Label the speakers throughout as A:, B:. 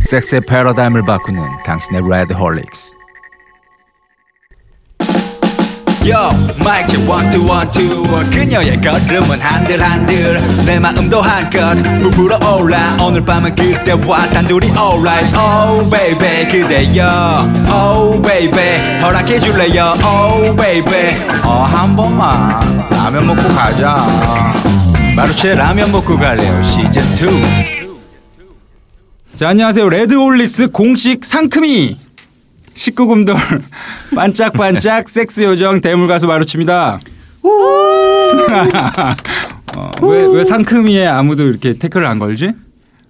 A: 섹스의 패러다임을 바꾸는 당신의 레드 홀릭스.
B: 요 마이크 체 원투 원투 그녀의 걸음은 한들 한들 내 마음도 한껏 부풀어 올라 오늘 밤은 그때와 단둘이 alright oh baby 그대여 oh baby 허락해 줄래요 oh baby 어한 번만 라면 먹고 가자 마루체 라면 먹고 갈래요 시즌 2
C: 자, 안녕하세요. 레드올릭스 공식 상큼이 19금돌 반짝반짝 섹스 요정 대물 가수 마루치입니다. 어, 왜, 왜 상큼이에 아무도 이렇게 태클을 안 걸지?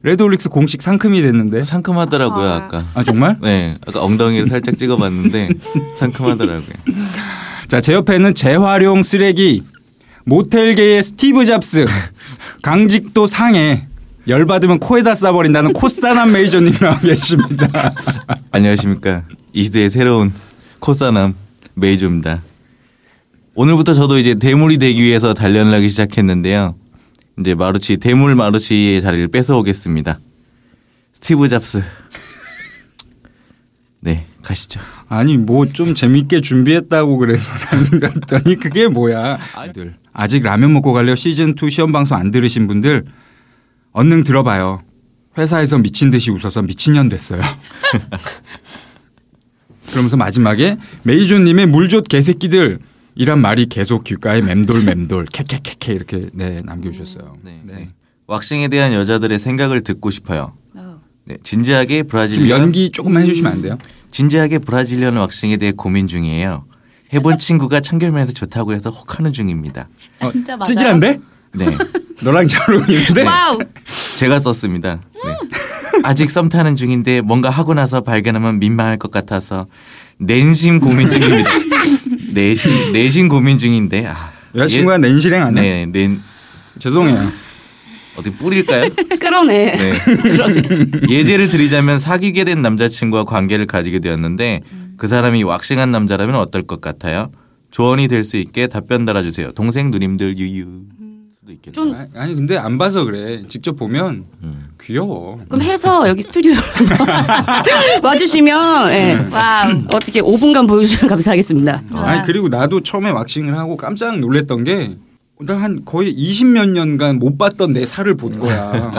C: 레드올릭스 공식 상큼이 됐는데.
D: 상큼하더라고요 아까.
C: 아 정말?
D: 네, 아까 엉덩이를 살짝 찍어봤는데 상큼하더라고요.
C: 자, 제 옆에는 재활용 쓰레기 모텔계의 스티브 잡스 강직도 상해 열받으면 코에다 싸버린다는 코싸남 메이저님 나와 계십니다.
D: 안녕하십니까 이 시대의 새로운 코사남 메이조입니다. 오늘부터 저도 이제 대물이 되기 위해서 단련을 하기 시작했는데요. 이제 마루치 대물 마루치의 자리를 뺏어오겠습니다. 스티브 잡스. 네, 가시죠.
C: 아니 뭐 좀 재밌게 준비했다고 그래서 나갔더니 그게 뭐야.
D: 네.
C: 아들 네. 아직 라면 먹고 갈래요 시즌 2 시험 방송 안 들으신 분들 언능 들어봐요. 회사에서 미친 듯이 웃어서 미친년 됐어요. 그러면서 마지막에 메이조님의 물좋 개새끼들 이란 말이 계속 귓가에 맴돌 맴돌 캐캐캐캐 이렇게 네 남겨주셨어요.
D: 네. 왁싱에 대한 여자들의 생각을 듣고 싶어요.
E: 어.
D: 네, 진지하게 브라질
C: 좀 연기 조금만 해주시면 안 돼요?
D: 진지하게 브라질리언 왁싱에 대해 고민 중이에요. 해본 친구가 참견면에서 좋다고 해서 혹하는 중입니다.
C: 어,
E: 진짜 맞아요?
C: 찌질한데?
D: 네.
C: 너랑 잘 어울리는데?
E: 와우.
D: 제가 썼습니다. 네. 아직 썸 타는 중인데 뭔가 하고 나서 발견하면 민망할 것 같아서 내심 고민 중입니다. 내심 내심 고민 중인데 아.
C: 여자친구가 낸실행 안 해?
D: 네, 낸
C: 죄송해요.
D: 어디 뿌릴까요?
E: 그러네.
D: 네. 예제를 드리자면 사귀게 된 남자친구와 관계를 가지게 되었는데 그 사람이 왁싱한 남자라면 어떨 것 같아요? 조언이 될 수 있게 답변 달아주세요. 동생 누님들 유유. 수도 있겠네요.
E: 좀
C: 아- 아니 근데 안 봐서 그래. 직접 보면
D: 음.
C: 귀여워.
E: 그럼 해서 여기 스튜디오로 한번 와주시면 예. 어떻게 5분간 보여주시면 감사하겠습니다.
C: 아니 그리고 나도 처음에 왁싱을 하고 깜짝 놀랐던 게 나 한 거의 20몇 년간 못 봤던 내 살을 본 거야.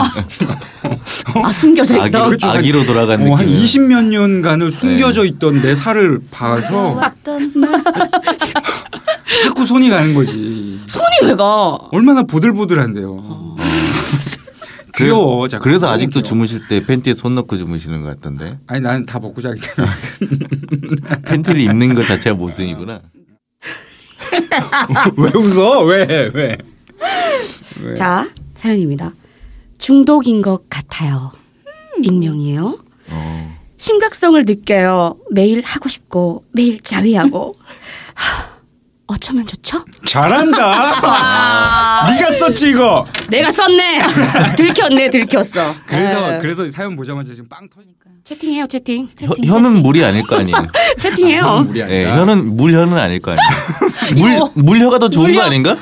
E: 아 숨겨져 있던.
D: 아기로, 아기로 돌아간
C: 어, 한
D: 느낌.
C: 20몇 년간을
D: 네.
C: 숨겨져 있던 내 살을 봐서 자꾸 손이 가는 거지.
E: 손이 왜 가?
C: 얼마나 보들보들한데요. 귀여워. 자꾸.
D: 그래서 아직도
C: 너무 귀여워.
D: 주무실 때 팬티에 손 넣고 주무시는 것 같던데.
C: 아니 나는 다 먹고 자기 때문에.
D: 팬티를 입는 것 자체가 모순이구나.
C: 왜 웃어? 왜? 왜?
E: 자 사연입니다. 중독인 것 같아요. 익명이에요. 심각성을 느껴요. 매일 하고 싶고 매일 자위하고 하, 어쩌면 좋죠?
C: 잘한다. 네가 썼지 이거.
E: 내가 썼네. 들켰네 들켰어.
C: 그래서
E: 에.
C: 그래서 사연 보자마자 지금 빵 터니까.
E: 채팅해요 채팅.
D: 혀,
E: 채팅
D: 혀는 물이 아닐 거 아니에요.
E: 채팅. 해요
C: 우리
D: 예,
C: 아니야.
D: 혀는 물혀는 아닐 거 아니에요.
E: 이거.
D: 물 물혀가 더 좋은
E: 물혀.
D: 거 아닌가?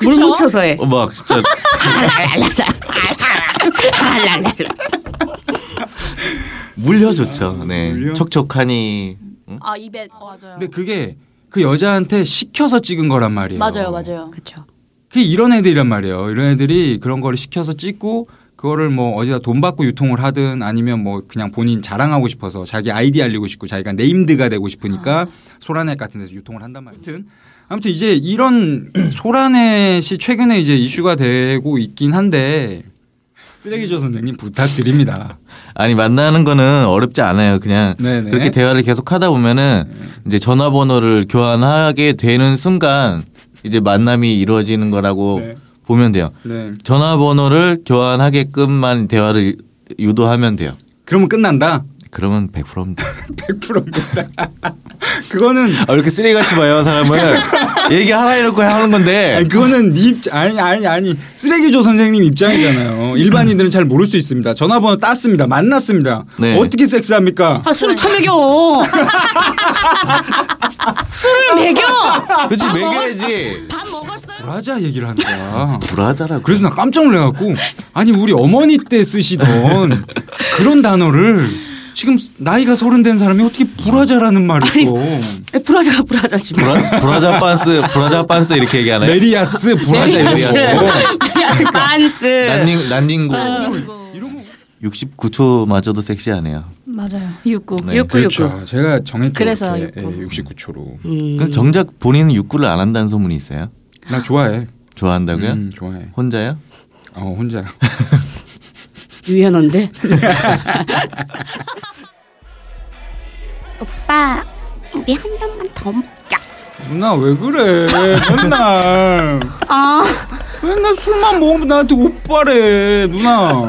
E: 물 묻혀서 해.
D: 어, 막 진짜 물혀 좋죠. 네, 촉촉하니
E: 음.
F: 아 입에 어, 맞아요.
C: 근데 그게 그 여자한테 시켜서 찍은 거란 말이에요.
F: 맞아요, 맞아요.
E: 그렇죠.
C: 그게 이런 애들이란 말이에요. 이런 애들이 그런 거를 시켜서 찍고 그거를 뭐 어디다 돈 받고 유통을 하든 아니면 뭐 그냥 본인 자랑하고 싶어서 자기 아이디 알리고 싶고 자기가 네임드가 되고 싶으니까 소라넷 같은 데서 유통을 한단 말이에요. 아무튼 아무튼 이제 이런 소라넷이 최근에 이제 이슈가 되고 있긴 한데 쓰레기조 선생님 부탁드립니다.
D: 아니 만나는 거는 어렵지 않아요. 그냥
C: 네네.
D: 그렇게 대화를 계속 하다 보면은 이제 전화번호를 교환하게 되는 순간 이제 만남이 이루어지는 거라고
C: 네.
D: 보면 돼요.
C: 네.
D: 전화번호를 교환하게끔만 대화를 유도하면 돼요.
C: 그러면 끝난다.
D: 그러면 100%입니다.
C: 100%입니다. 그거는
D: 아, 왜 이렇게 쓰레기같이 봐요, 사람을. 얘기하라 해놓고 하는 건데.
C: 아니 그거는 네 입, 아니 아니 아니 쓰레기조 선생님 입장이잖아요. 일반인들은 잘 모를 수 있습니다. 전화번호 땄습니다. 만났습니다.
D: 네.
C: 어떻게 섹스합니까?
E: 아, 술을 처먹여. 술을 먹여.
D: 그렇지, 매겨야지. 아,
E: 밥 먹었어요.
C: 브라자 얘기를 하는 거야.
D: 브라자라고.
C: 그래서 나 깜짝 놀래갖고 아니 우리 어머니 때 쓰시던 그런 단어를 지금 나이가 서른 된 사람이 어떻게 브라자라는 말을 써?
E: 에, 네, 브라자가 브라자지 뭐.
D: 브라, 브라자 반스, 브라자 반스 이렇게 얘기하나요?
C: 메리아스 브라자
D: 브라자
E: 메리아스.
D: 얘기하고.
E: 메리아스 반스.
D: 난닝, 난닝구.
C: 이런 거
D: 69초마저도 섹시하네요.
E: 맞아요. 육구.
D: 네,
E: 육구 육구.
C: 그렇죠. 제가 정했죠.
E: 그래서
C: 그래서 음.
E: 69.
C: 69초로.
D: 그럼 정작 본인은 육구를 안 한다는 소문이 있어요?
C: 나 좋아해.
D: 좋아한다고요?
C: 음, 좋아해.
D: 혼자요?
C: 어 혼자.
E: 유연한데.
F: 오빠 우리 한 병만 더 먹자
C: 누나 왜 그래? 맨날
F: 아
C: 맨날 술만 먹으면 나한테 오빠래. 누나.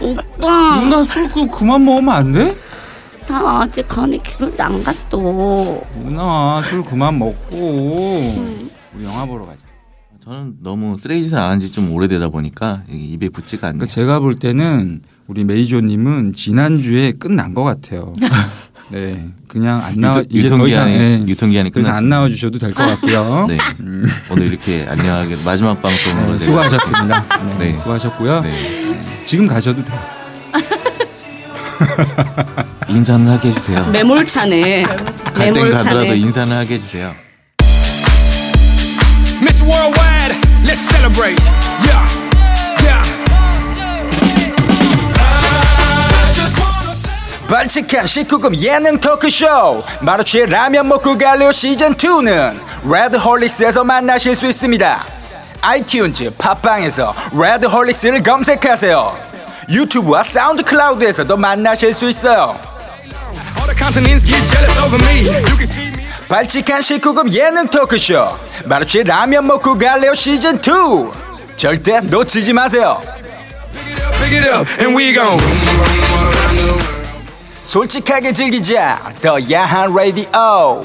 F: 오빠
C: 누나 술 그, 그만 먹으면 안 돼?
F: 나 아직 간에 기분도 안 갔어
C: 누나 술 그만 먹고 우리 영화 보러 가자.
D: 저는 너무 쓰레기짓을 안 한 지 좀 오래되다 보니까 이게 입에 붙지가 않네요.
C: 그러니까 제가 볼 때는 우리 메이조님은 지난주에 끝난 것 같아요. 네, 그냥 안 나와
D: 유통- 유통기한이- 유통기한이
C: 네. 그래서 안
D: 끝났습니다.
C: 나와 주셔도 될 것 같고요.
D: 네.
C: 음.
D: 오늘 이렇게 안녕하게 마지막
C: 어,
D: 방송으로 제가-
C: 수고하셨습니다. 네,
D: 네.
C: 수고하셨고요.
D: 네.
C: 지금 가셔도 돼요.
D: 인사는 하게 해주세요.
E: 매몰차네.
D: 갈 땐 가더라도 인사는 하게 해주세요.
B: Miss Worldwide, let's celebrate. Yeah, yeah. 발칙한 19금 예능 토크쇼 마루치의 라면 먹고 갈래요 시즌2는 레드홀릭스에서 만나실 수 있습니다 아이튠즈, 팟빵에서 레드홀릭스를 검색하세요 유튜브와 사운드 클라우드에서도 만나실 수 있어요 발칙한 19금 예능 토크쇼 마루치 라면 먹고 갈래요 시즌 2 절대 놓치지 마세요 솔직하게 즐기자 더 야한 라디오